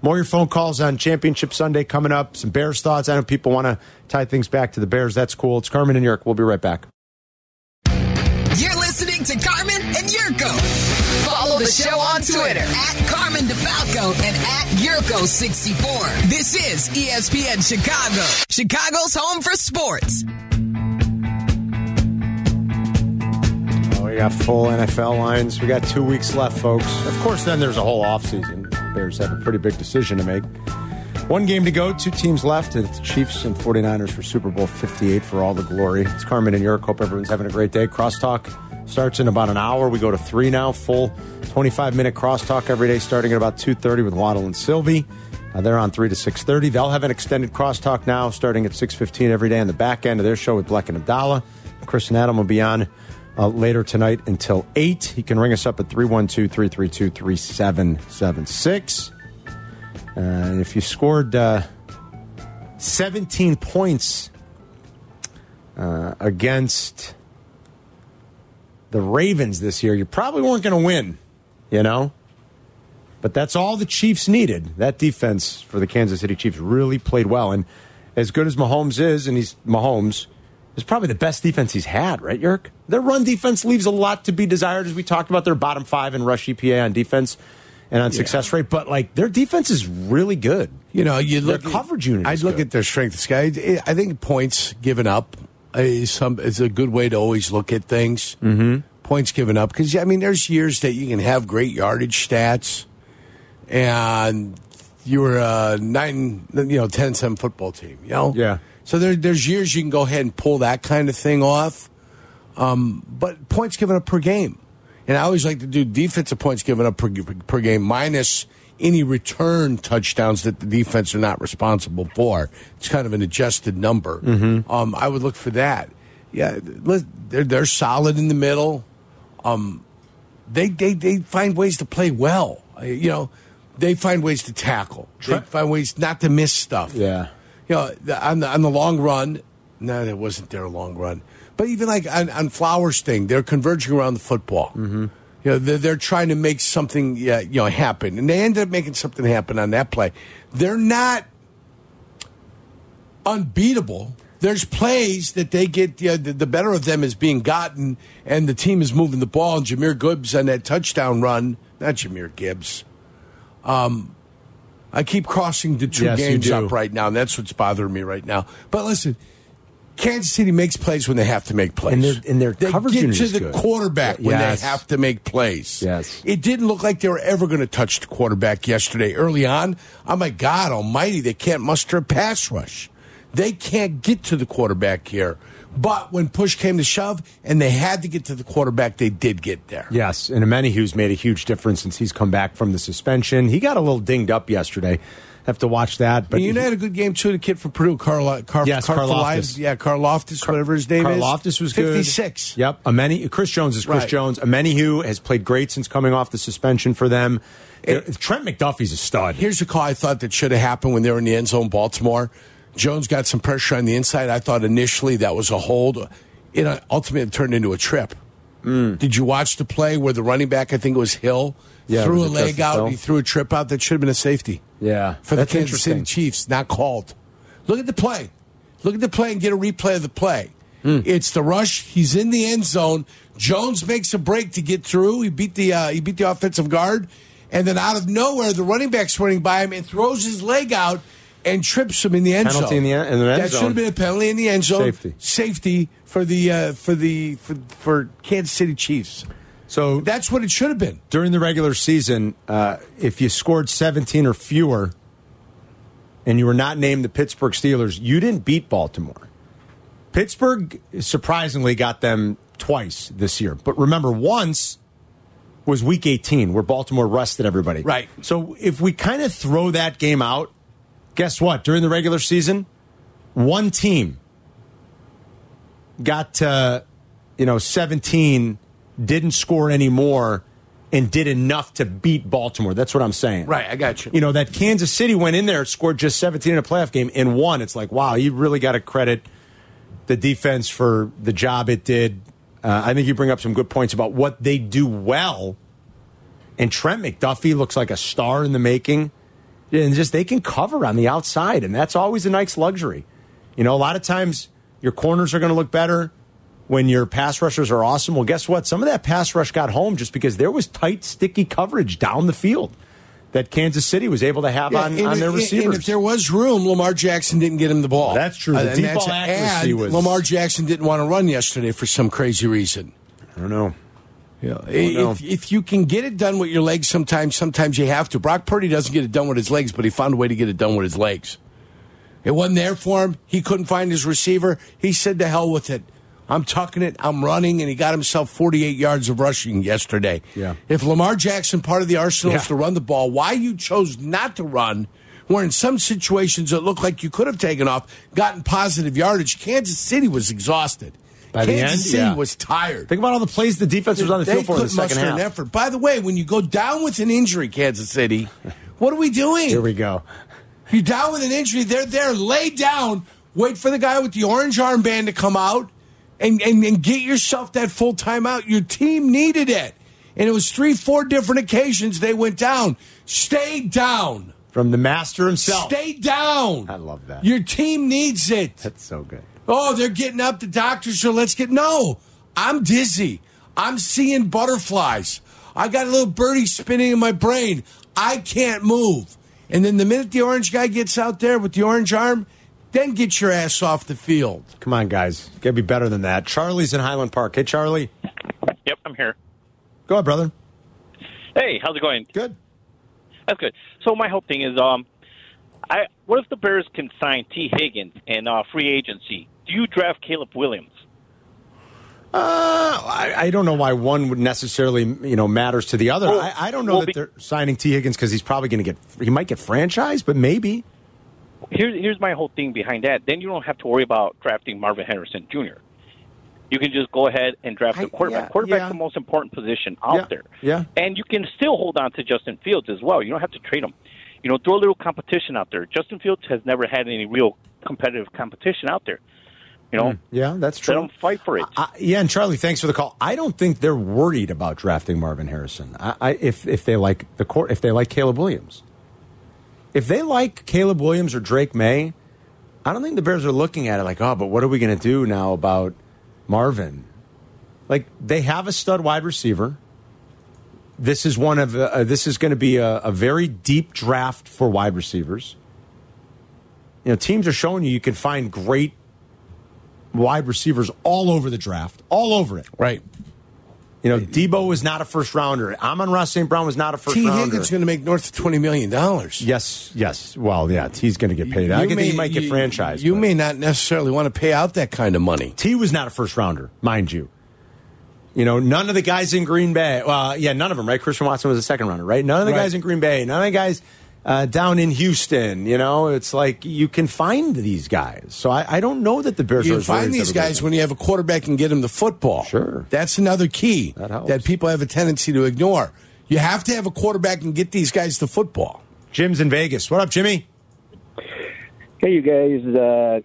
C: More of your phone calls on Championship Sunday coming up. Some Bears thoughts. I know people want to tie things back to the Bears. That's cool. It's Carmen and York. We'll be right back.
A: You're listening to Carmen and Yurko. Follow the show on Twitter at Carmen DeFalco and at Yurko64. This is E ESPN Chicago, Chicago's home for sports.
C: Oh, we got full NFL lines. We got two weeks left, folks. Of course, then there's a whole offseason. Bears have a pretty big decision to make. One game to go, two teams left. It's Chiefs and 49ers for Super Bowl 58 for all the glory. It's Carmen and York. Hope everyone's having a great day. Crosstalk starts in about an hour. We go to three now, full 25-minute crosstalk every day starting at about 2.30 with Waddle and Sylvie. Uh, they're on 3 to 6.30. They'll have an extended crosstalk now starting at 6.15 every day on the back end of their show with Black and Abdallah. Chris and Adam will be on uh, later tonight until 8. You can ring us up at 312-332-3776. Uh, if you scored uh, 17 points uh, against the Ravens this year, you probably weren't going to win, you know? But that's all the Chiefs needed. That defense for the Kansas City Chiefs really played well. And as good as Mahomes is, and he's Mahomes, is probably the best defense he's had, right, Yerk? Their run defense leaves a lot to be desired, as we talked about their bottom five in rush EPA on defense and on success rate. But, like, their defense is really good.
D: You know, you
C: Their
D: look at-
C: coverage unit
D: I'd
C: is
D: look
C: good.
D: at their strength. This guy, I- I think points given up is some is a good way to always look at things. Mm-hmm. Points given up because I mean, there's years that you can have great yardage stats, and you were a nine, you know, 10-7 football team. You know,
C: Yeah.
D: So there, there's years you can go ahead and pull that kind of thing off, um, but points given up per game. And I always like to do defensive points given up per, per game minus any return touchdowns that the defense are not responsible for. It's kind of an adjusted number. Um, I would look for that. Yeah, li- they're, they're solid in the middle. Um, they, they, they find ways to play well. Uh, You know, they find ways to tackle. They find ways not to miss stuff
C: Yeah.
D: you know, the, on the on the long run, no, that wasn't their long run. But even like on, on Flowers' thing, they're converging around the football. You know, they're, they're trying to make something uh, you know happen, and they ended up making something happen on that play. They're not unbeatable. There's plays that they get you know, the, the better of them is being gotten, and the team is moving the ball. And Jameer Gibbs on that touchdown run, not Jameer Gibbs. Um, I keep crossing the two
C: Yes, you
D: games
C: do.
D: up right now, and that's what's bothering me right now. But listen, Kansas City makes plays when they have to make plays,
C: And their- and their
D: they
C: coverage
D: get
C: unit
D: to
C: is
D: the
C: good.
D: quarterback when
C: Yes.
D: they have to make plays.
C: Yes.
D: It didn't look like they were ever going to touch the quarterback yesterday. Early on, oh my God almighty, they can't muster a pass rush. They can't get to the quarterback here. But when push came to shove and they had to get to the quarterback, they did get there.
C: Yes, and Amenahue's made a huge difference since he's come back from the suspension. He got a little dinged up yesterday. Have to watch that. But
D: But you know, had a good game too. The kid from Purdue, Carl, Car,
C: Yes,
D: Car-
C: Karloftis.
D: yeah, Karloftis, whatever his name
C: Carl
D: is.
C: Loftus was good.
D: 56.
C: Yep. Ameni, Chris Jones is Chris
D: Right.
C: Jones. Amenihue has played great since coming off the suspension for them. They're- Trent McDuffie's a stud.
D: Here's a call I thought that should have happened when they were in the end zone, Baltimore. Jones got some pressure on the inside. I thought initially that was a hold. It uh, ultimately turned into a trip.
C: Hmm.
D: Did you watch the play where the running back, I think it was Hill,
C: Yeah, it
D: threw
C: was a
D: a leg
C: Justice
D: out
C: Hill.
D: and he threw a trip out? That should have been a safety.
C: Yeah,
D: for the
C: that's
D: Kansas City
C: interesting.
D: Chiefs, not called. Look at the play. Look at the play and get a replay of the play.
C: Hmm.
D: It's the rush. He's in the end zone. Jones makes a break to get through. He beat the uh, he beat the offensive guard, and then out of nowhere, the running back's running by him and throws his leg out and trips him in the end
C: Penalty
D: zone.
C: in the en- in the end
D: that
C: zone.
D: should have been a penalty in the end zone.
C: Safety.
D: safety for the uh, for the for, for Kansas City Chiefs.
C: So
D: That's what it should have been.
C: during the regular season, uh, if you scored 17 or fewer and you were not named the Pittsburgh Steelers, you didn't beat Baltimore. Pittsburgh surprisingly got them twice this year. But remember, once was week 18 where Baltimore rested everybody.
D: Right.
C: So if we kind of throw that game out, guess what? During the regular season, one team got to you know 17 didn't score any more and did enough to beat baltimore that's what i'm saying
D: Right, I got you.
C: you know that kansas city went in there scored just 17 in a playoff game and won it's like wow you really got to credit the defense for the job it did uh, i think you bring up some good points about what they do well and trent mcduffie looks like a star in the making and just they can cover on the outside, and that's always a nice luxury. You know, a lot of times your corners are going to look better when your pass rushers are awesome. Well, guess what? Some of that pass rush got home just because there was tight, sticky coverage down the field that Kansas City was able to have
D: Yeah,
C: on,
D: and
C: on
D: if-
C: their
D: and-
C: receivers.
D: And if there was room, Lamar Jackson didn't get him the ball.
C: That's true. The
D: and
C: deep
D: that's-
C: ball accuracy
D: and
C: was-
D: Lamar Jackson didn't want to run yesterday for some crazy reason.
C: I don't know.
D: Yeah. If, if you can get it done with your legs, sometimes sometimes you have to. Brock Purdy doesn't get it done with his legs, but he found a way to get it done with his legs. It wasn't there for him. He couldn't find his receiver. He said, "To hell with it. I'm tucking it. I'm running," and he got himself 48 yards of rushing yesterday.
C: Yeah.
D: If Lamar Jackson part of the arsenal is
C: Yeah.
D: to run the ball, why you chose not to run? Where in some situations it looked like you could have taken off, gotten positive yardage. Kansas City was exhausted.
C: By the
D: Kansas
C: end,
D: City
C: yeah.
D: was tired.
C: Think about all the plays the defense was on the
D: They
C: field for in the
D: couldn't
C: second
D: muster
C: half.
D: An effort. By the way, when you go down with an injury, Kansas City, what are we doing?
C: Here we go.
D: You're down with an injury. They're there. Lay down. Wait for the guy with the orange armband to come out and, and, and get yourself that full timeout. Your team needed it. And it was three, four different occasions they went down. Stay down.
C: From the master himself.
D: Stay down.
C: I love that.
D: Your team needs it
C: That's so good.
D: oh, they're getting up. The doctors are, let's get. No, I'm dizzy. I'm seeing butterflies. I got a little birdie spinning in my brain. I can't move. And then the minute the orange guy gets out there with the orange arm, then get your ass off the field.
C: Come on, guys. Gotta be better than that. Charlie's in Highland Park. Hey, Charlie.
L: Yep, I'm here.
C: Go ahead, brother.
L: Hey, how's it going?
C: Good.
L: That's good. So my hope thing is, um, I what if the Bears can sign T. Higgins and uh, free agency? Do you draft Caleb Williams?
C: Uh, I, I don't know why one would necessarily, you know, matters to the other.
L: Well,
C: I, I don't know
L: well,
C: that
L: be-
C: they're signing T. Higgins because he's probably going to get, he might get franchised, but maybe.
L: Here's here's my whole thing behind that. Then you don't have to worry about drafting Marvin Henderson Jr. You can just go ahead and draft
C: I-
L: the quarterback.
C: yeah,
L: Quarterback's
C: yeah.
L: the most important position out
C: Yeah,
L: there.
C: yeah.
L: And you can still hold on to Justin Fields as well. You don't have to trade him. You know, throw a little competition out there. Justin Fields has never had any real competitive competition out there. You know,
C: Hmm, Yeah, that's
L: they
C: true.
L: don't fight for it.
C: I- yeah, and Charlie, thanks for the call. I don't think they're worried about drafting Marvin Harrison. I, I if if they like the court, if they like Caleb Williams, if they like Caleb Williams or Drake May, I don't think the Bears are looking at it like, oh, but what are we going to do now about Marvin? Like they have a stud wide receiver. This is one of uh, this is going to be a, a very deep draft for wide receivers. You know, teams are showing you you can find great wide receivers all over the draft, all over it.
D: Right.
C: You know, Debo was not a first rounder. Amon Ross St. Brown was not a first
D: T.
C: rounder.
D: Higgins going to make north of twenty million dollars.
C: yes, yes. Well, yeah, he's going to get paid. I
D: You
C: think
D: may-
C: he might get
D: you-
C: franchised.
D: You
C: but-
D: may not necessarily want to pay out that kind of money.
C: T was not a first rounder, mind you. You know, none of the guys in Green Bay. Well, yeah, none of them. Right, Christian Watson was a second rounder. Right, none of the
D: Right.
C: guys in Green Bay. None of the guys uh, down in Houston. You know, it's like you can find these guys. So I, I don't know that the Bears are
D: You
C: as worried
D: find
C: as
D: these
C: everybody
D: guys
C: thinks.
D: when you have a quarterback and get him the football.
C: Sure.
D: That's another key
C: That helps.
D: people have a tendency to ignore. You have to have a quarterback and get these guys the football.
C: Jim's in Vegas. What up, Jimmy?
M: Hey, you guys, uh,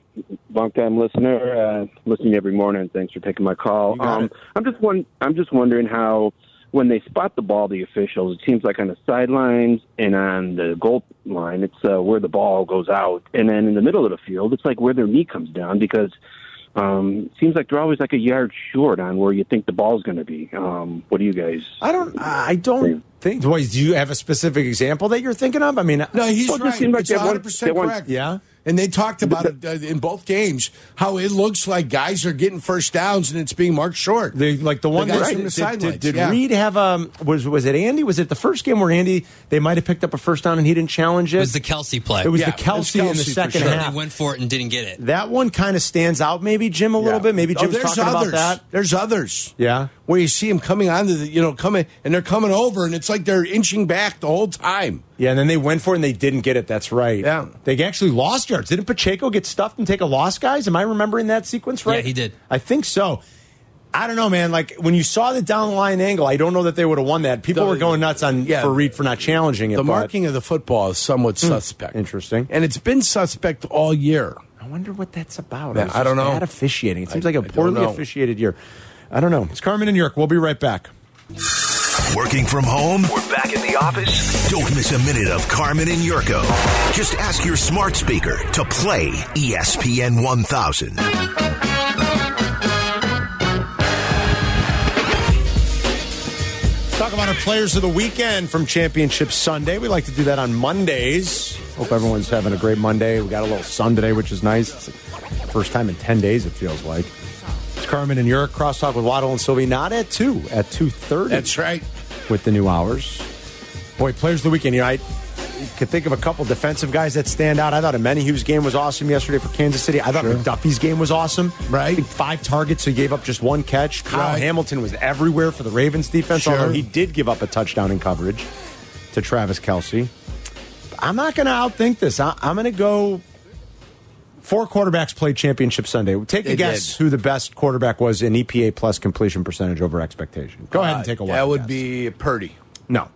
M: longtime listener, uh, listening every morning. Thanks for taking my call. Um, I'm just one. I'm just wondering how, when they spot the ball, the officials. It seems like on the sidelines and on the goal line, it's uh, where the ball goes out, and then in the middle of the field, it's like where their knee comes down because um, it seems like they're always like a yard short on where you think the ball's going to be. Um, what do you guys?
C: I don't. I don't think. Wait, do you have a specific example that you're thinking of? I mean,
D: No, he's
M: Well, it just
D: right.
M: seemed like
D: it's
M: they want-
D: 100%
M: they want-
D: correct.
C: Yeah.
D: And they talked about it uh, in both games how it looks like guys are getting first downs and it's being marked short.
C: The, like the one
D: guys
C: that
D: from the
C: did- did,
D: sidelines,
C: did, did
D: yeah.
C: Reed have um was was it Andy? Was it the first game where Andy they might have picked up a first down and he didn't challenge it?
E: It was the Kelsey play.
C: It was
D: Yeah,
C: the Kelsey,
D: it was
C: in the
D: Kelsey
C: second
D: for sure.
C: half.
E: They went for it and didn't get it.
C: That one kind of stands out, maybe Jim a little bit. Maybe
D: Oh,
C: Jim's
D: there's
C: talking
D: others.
C: about that.
D: There's others.
C: Yeah.
D: Where you see them coming onto the, you know, coming, and they're coming over, and it's like they're inching back the whole time.
C: Yeah, and then they went for it and they didn't get it. That's right.
D: Yeah.
C: They actually lost yards. Didn't Pacheco get stuffed and take a loss, guys? Am I remembering that sequence right?
E: Yeah, he did.
C: I think so. I don't know, man. Like when you saw the down the line angle, I don't know that they would have won that. People
D: The-
C: were going nuts on
D: yeah.
C: for Reed for not challenging it.
D: The
C: but- Hmm.
D: marking of the football is somewhat suspect.
C: interesting.
D: And it's been suspect all year.
C: I wonder what that's about.
D: Yeah,
C: It was
D: I don't
C: just
D: know.
C: Bad officiating. It seems
D: I-
C: like a
D: I don't
C: poorly
D: know.
C: officiated year. I don't know. It's Carmen and York. We'll be right back.
N: Working from home?
O: We're back in the office.
N: Don't miss a minute of Carmen and Yurko. Just ask your smart speaker to play E ESPN 1000.
C: Let's talk about our players of the weekend from Championship Sunday. We like to do that on Mondays. Hope everyone's having a great Monday. We got a little sun today, which is nice. It's the first time in ten days. It feels like. It's Carmen and York. Crosstalk with Waddle and Sylvie. Not at two. At two thirty.
D: That's right.
C: with the new hours. Boy, players of the weekend. You know, I could think of a couple defensive guys that stand out. I thought Amenahue's game was awesome yesterday for Kansas City. I thought McDuffie's game was awesome.
D: Right.
C: I think five targets, so he gave up just one catch. Kyle
D: Right.
C: Hamilton was everywhere for the Ravens defense,
D: Sure.
C: although he did give up a touchdown in coverage to Travis Kelsey. I'm not going to outthink this. I, I'm going to go. Four quarterbacks played championship Sunday. Take a
D: They
C: guess
D: did.
C: who the best quarterback was in EPA plus completion percentage over expectation. Go ahead and
D: Uh,
C: take a wild
D: That would
C: guess.
D: be Purdy.
C: no.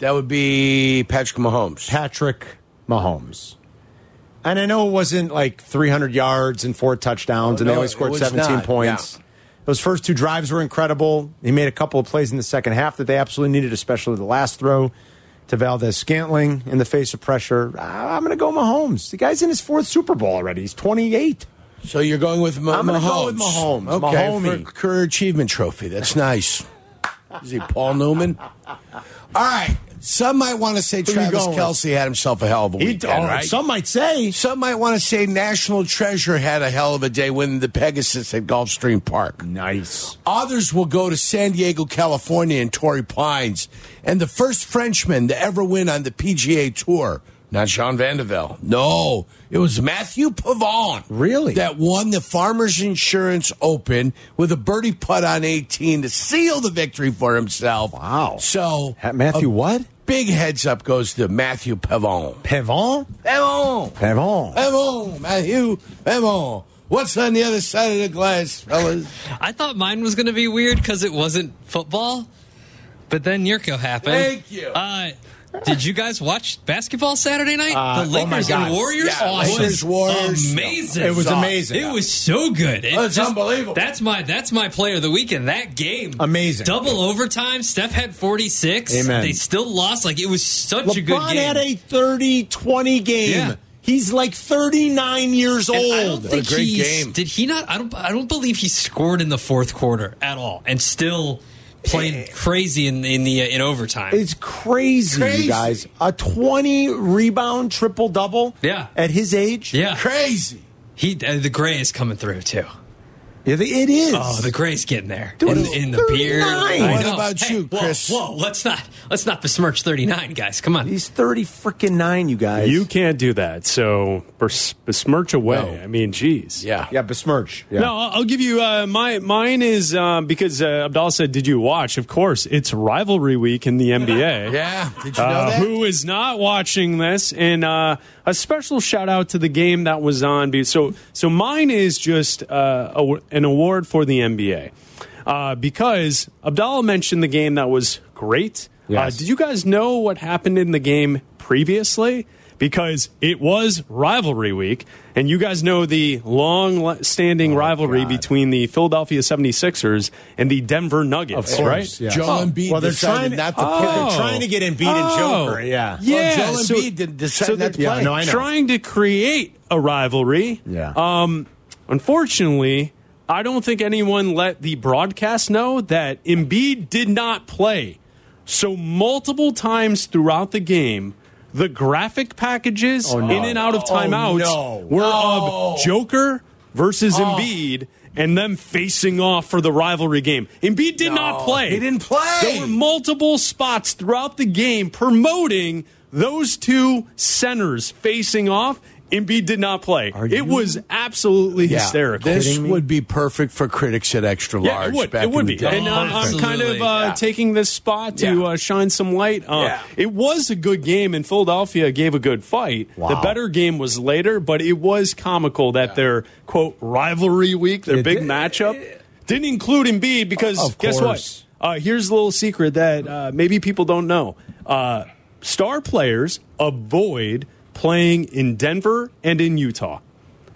D: That would be Patrick Mahomes.
C: Patrick Mahomes. And I know it wasn't like 300 yards and four touchdowns,
D: Oh,
C: and
D: no,
C: they only
D: it
C: scored
D: was
C: 17
D: not,
C: points.
D: yeah.
C: Those first two drives were incredible. He made a couple of plays in the second half that they absolutely needed, especially the last throw to Valdez Scantling in the face of pressure. I- I'm going to go Mahomes. The guy's in his fourth Super Bowl already. He's 28.
D: So you're going with Ma-
C: I'm gonna
D: Mahomes.
C: go with Mahomes.
D: Okay,
C: Mahomey.
D: for career achievement trophy. That's nice. Is he Paul Newman? All right. Some might want to say
C: you
D: Travis
C: going with?
D: Kelsey had himself a hell of a
C: He,
D: weekend.
C: oh,
D: right?
C: Some might say.
D: Some might want to say National Treasure had a hell of a day winning the Pegasus at Gulfstream Park.
C: Nice.
D: Others will go to San Diego, California, and Torrey Pines. And the first Frenchman to ever win on the PGA Tour, not Jean Vandeveld. No, it was Matthew Pavon.
C: Really?
D: That won the Farmers Insurance Open with a birdie putt on 18 to seal the victory for himself.
C: Wow.
D: So,
C: Ha- Matthew
D: a
C: what?
D: Big heads up goes to Matthew Pavon.
C: Pavon?
D: Pavon!
C: Pavon.
D: Pavon, Matthew Pavon. What's on the other side of the
C: *laughs*
D: glass, fellas?
E: I thought mine was going to be weird because it wasn't football, but then Yurko happened.
D: Thank you.
E: Uh, Did you guys watch basketball Saturday night?
C: Uh,
E: the
C: oh my
E: Lakers
C: God.
E: and Warriors.
C: Yeah, Lakers,
E: was
C: Warriors.
E: Amazing.
C: It was amazing.
E: It was so good. It
C: It's unbelievable.
E: That's my that's my player of the weekend. That game, amazing. Double overtime. Steph had forty six.
C: Amen.
E: They still lost. Like it was such a good
C: LeBron
E: game.
C: had a 30 20 game.
E: Yeah.
C: He's like 39 years
E: And
C: old.
E: I don't think he- Did he not? I don't. I don't believe he scored in the fourth quarter at all, and still played crazy in in the uh, in overtime.
C: It's crazy, you
E: Crazy.
C: guys. A 20 rebound triple double
E: yeah,
C: at his age?
E: yeah,
C: crazy.
E: He uh, the gray is coming through too.
C: Yeah, the- it is.
E: Oh, the gray's getting there
C: Dude,
E: in,
C: he's
E: in the beard.
C: 39.
E: I
C: What
E: know.
C: about
E: Hey,
C: you,
E: whoa,
C: Chris?
E: Whoa, let's not let's not besmirch thirty nine, guys. Come on.
C: He's 30 freaking 9, you guys.
I: You can't do that. So bes- besmirch away. I mean, geez.
D: Yeah.
C: Yeah, besmirch. Yeah.
I: No, I'll I'll give you uh, my mine is um, because uh, Abdal said, "Did you watch?" Of course, it's rivalry week in the
C: *laughs*
I: NBA.
D: yeah, did
I: you know that? Uh, Who is not watching this? And uh, a special shout out to the game that was on. be- So, so mine is just uh, a, an award for the NBA uh, because Abdallah mentioned the game that was great.
C: Yes.
I: Uh, did you guys know what happened in the game previously? Because it was rivalry week, and you guys know the long
C: Oh,
I: standing rivalry between the Philadelphia 76ers and the Denver Nuggets, right?
D: Joel Embiid
C: well, they're trying-
D: decided not to
C: oh.
D: play.
C: They're trying to get Embiid and Joker, yeah.
I: Yeah.
D: Well, Joel Embiid did- decided not
I: they're
D: to play.
C: Yeah, no, I know.
I: Trying to create a rivalry.
C: Yeah.
I: Um, unfortunately, I don't think anyone let the broadcast know that Embiid did not play. So multiple times throughout the game, the graphic packages
C: Oh, no.
I: in and out of
C: Oh,
I: timeouts
C: no.
I: were
C: No. Oh.
I: of Joker versus Embiid and them facing off for the rivalry game. Embiid did not play.
D: He didn't play.
I: There were multiple spots throughout the game promoting those two centers facing off. Embiid did not play.
C: you
I: It was absolutely
D: Yeah.
I: hysterical.
D: This
C: Kidding me?
D: would be perfect for critics at extra large.
I: yeah, it would.
D: Back
I: It would
D: in the
I: be.
D: day.
I: And I'm, I'm kind of uh,
E: Absolutely. Yeah.
I: taking this spot to
D: Yeah.
I: uh, shine some light. Uh,
D: Yeah.
I: It was a good game, and Philadelphia gave a good fight. The better game was later, but it was comical that their quote rivalry week, their
C: It
I: big
C: did-
I: matchup, didn't include Embiid because
C: Of
I: guess
C: course.
I: what? Uh, here's a little secret that uh, maybe people don't know. Uh, star players avoid playing in Denver and in Utah.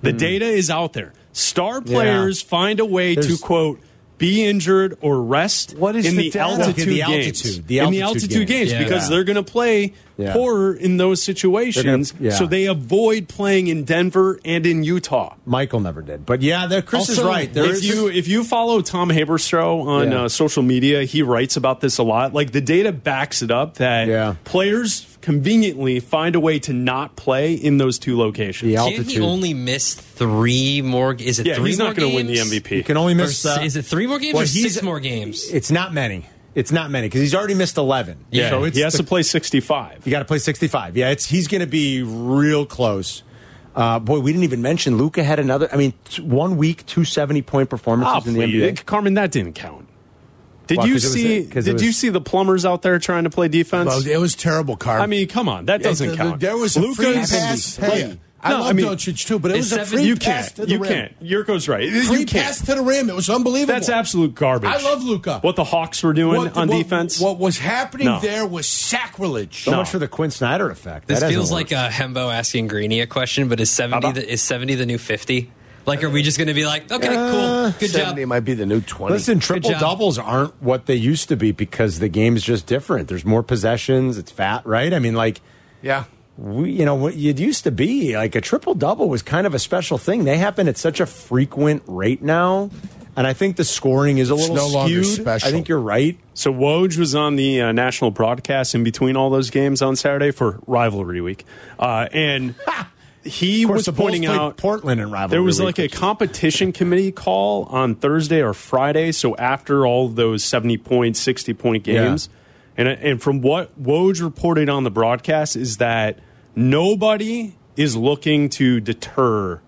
I: The
D: Hmm.
I: data is out there. Star players find a way
C: There's-
I: to quote be injured or rest
C: What is
I: in
C: the
I: the,
C: data?
I: altitude
C: Okay, the
I: games
C: altitude, the
I: in the
C: altitude
I: altitude
C: games.
I: games,
C: Yeah.
I: because
C: Yeah.
I: they're going to play
C: Yeah.
I: poorer in those situations
C: They're gonna- yeah.
I: so they avoid playing in Denver and in Utah
C: Michael never did. But yeah, there- Chris is
I: also,
C: right. There
I: if
C: is
I: you if you follow Tom Haberstroh on
C: Yeah.
I: uh, social media, he writes about this a lot. Like the data backs it up that
C: Yeah.
I: players conveniently find a way to not play in those two locations.
C: the
E: Can't he
C: altitude.
E: only miss three more? Is it
I: Yeah,
E: three
I: he's
E: more
I: not going
E: games?
I: to win the
C: you
I: MVP.
C: can only
E: Or
C: miss.
E: s-
C: uh,
E: is it three more games
C: well,
E: or
C: he's-
E: six more games?
C: It's not many. It's not many because he's already missed 11.
I: yeah,
C: So it's
I: he has
C: the-
I: to play sixty-five.
C: You got to play 65. Yeah, it's he's going to be real close. Uh, boy, we didn't even mention Luca had another. I mean, t- one week, two seventy point performances
I: Oh,
C: in the
I: please.
C: NBA.
I: Carmen, that didn't count. Did
C: Well,
I: you
C: 'cause it was-
I: see?
C: 'cause it
I: did
C: was-
I: you see the plumbers out there trying to play defense?
D: Well, it was terrible, Carl.
I: I mean, come on, that doesn't
D: Yeah, th-
I: count.
D: There was a
I: Luka's-
D: free pass. Hey, I
I: No,
D: love
I: I mean,
D: Doncic too, but it
E: it's
D: was a
E: seven-
D: free
I: you
D: pass
I: can't.
D: to the
I: You
D: rim.
I: can't. Yurko's right.
D: Free
I: you can't.
D: pass to the rim. It was unbelievable.
I: That's absolute garbage.
D: I love Luka.
I: What the Hawks were doing
D: What-
I: on
D: what-
I: defense.
D: What was happening
I: No.
D: there was sacrilege.
C: So much for the Quinn Snyder effect.
E: This
C: That doesn't
E: feels
C: work.
E: like a Hembo asking Greeny a question, but is seventy
D: Baba.
E: the, is seventy the new fifty? Like, are we just going to be like, okay,
C: Uh,
E: cool, good job?
D: Seventy might be the new twenty.
C: Listen, triple
E: job.
C: doubles aren't what they used to be because the game's just different. There's more possessions. It's fat, right? I mean, like
D: yeah.
C: we, you know, what it used to be like a triple double was kind of a special thing. They happen at such a frequent rate now, and I think the scoring is a
D: It's
C: little
D: no longer
C: skewed.
D: special.
C: I think you're right.
I: so Woj was on the uh, national broadcast in between all those games on Saturday for rivalry week, uh, and he
C: Of course,
I: was
C: the Bulls
I: pointing
C: played
I: out
C: Portland and rivalry.
I: There was
C: week,
I: like a
C: which is-
I: competition committee call on Thursday or Friday. So after all those 70 point, 60 point
C: Yeah.
I: games. And, and from what Woj reported on the broadcast is that nobody is looking to deter.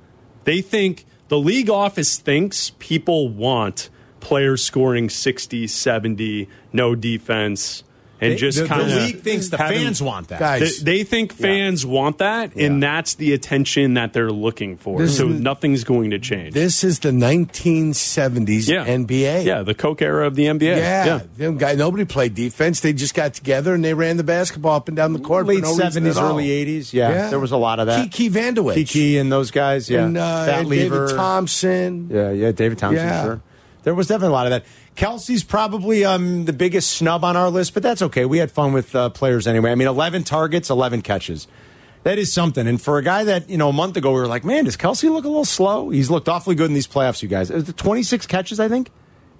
I: They think the league office thinks people want players scoring 60, 70, no defense. and
C: They-
I: just
C: the- the
I: kind of
C: league thinks the fans want that. Guys.
I: They, they think fans want that, and that's the attention that they're looking for.
D: This
I: so
D: is-
I: nothing's going to change.
D: This is the 1970s NBA.
I: Yeah, the Coke era of the NBA.
D: Yeah,
I: Yeah.
D: Them guy, nobody played defense. They just got together and they ran the basketball up and down the court. for
C: Late
D: no reason
C: seventies,
D: at all.
C: early eighties. Yeah, there was a lot of that.
D: Kiki Vandeweghe.
C: Kiki and those guys. Yeah,
D: And, uh,
C: Fat
D: and
C: Lever.
D: David Thompson.
C: Yeah, yeah, David Thompson.
D: Yeah.
C: Sure, there was definitely a lot of that. Kelsey's probably um, the biggest snub on our list, but that's okay. We had fun with uh, players anyway. I mean, eleven targets, eleven catches. That is something. And for a guy that you know a month ago we were like, man, does Kelsey look a little slow? He's looked awfully good in these playoffs, you guys. Is it Twenty six catches, I think,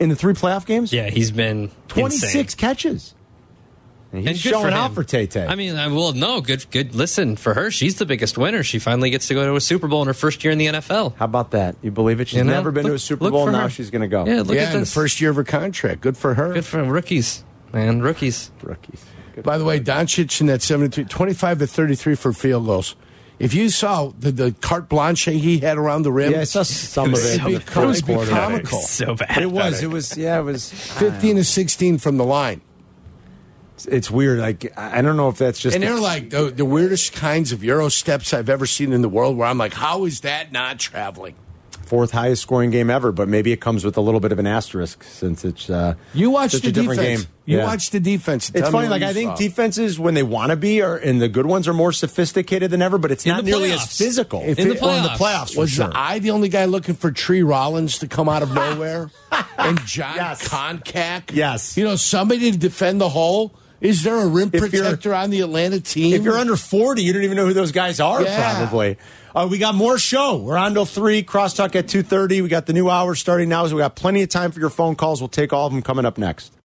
C: in the three playoff games.
E: Yeah, he's been
C: twenty six
E: insane.
C: catches. And he's
E: And good for
C: showing out
E: him.
C: for Tay Tay.
E: I mean, I well, no, good, good. Listen, for her, she's the biggest winner. She finally gets to go to a Super Bowl in her first year in the NFL.
C: How about that? You believe it? She's
E: You know,
C: never been to a
E: look-
C: Super
E: look
C: Bowl.
E: for
C: Now
E: her.
C: she's going to go.
E: Yeah, look
D: yeah,
E: at
D: in the
E: this.
D: first year of her contract. Good for her.
E: Good for rookies, man. Rookies,
C: rookies.
D: By the way, Doncic in that 73, 25 to 33 for field goals. If you saw the, the carte blanche he had around the rim,
C: Yeah, I saw some
D: it'd
C: of it in the
D: be- it would
C: first
D: be
C: quarter.
D: comical.
E: so bad.
C: It was. It was. Yeah. It was.
D: 15 to 16 from the line.
C: It's weird. Like I I don't know if that's just.
D: and they're like the, the weirdest kinds of Euro steps I've ever seen in the world where I'm like, how is that not traveling?
C: fourth highest scoring game ever, but maybe it comes with a little bit of an asterisk since it's uh,
D: You watch
C: such
D: the
C: a different
D: defense.
C: game.
D: You
C: Yeah.
D: watch the defense. and
C: It's
D: tell me
C: funny. Like
D: what you
C: I think
D: saw.
C: defenses when they want to be are and the good ones are more sophisticated than ever, but it's
E: In
C: not
E: the
C: nearly as
E: playoffs.
C: physical.
D: If
E: In the
D: it- well, in the
E: playoffs.
D: playoffs,
C: for
D: was
C: sure.
D: I the only guy looking for Tree Rollins to come
C: *laughs*
D: out of nowhere? and John
C: Yes.
D: Concack?
C: Yes.
D: You know, somebody to defend the hole? Is there a rim
C: If you're-
D: protector on the Atlanta team?
C: If you're under 40, you don't even know who those guys are,
D: Yeah.
C: probably. Uh, we got more show. We're on till 3, crosstalk at 2.30. We got the new hour starting now, so we got plenty of time for your phone calls. We'll take all of them coming up next.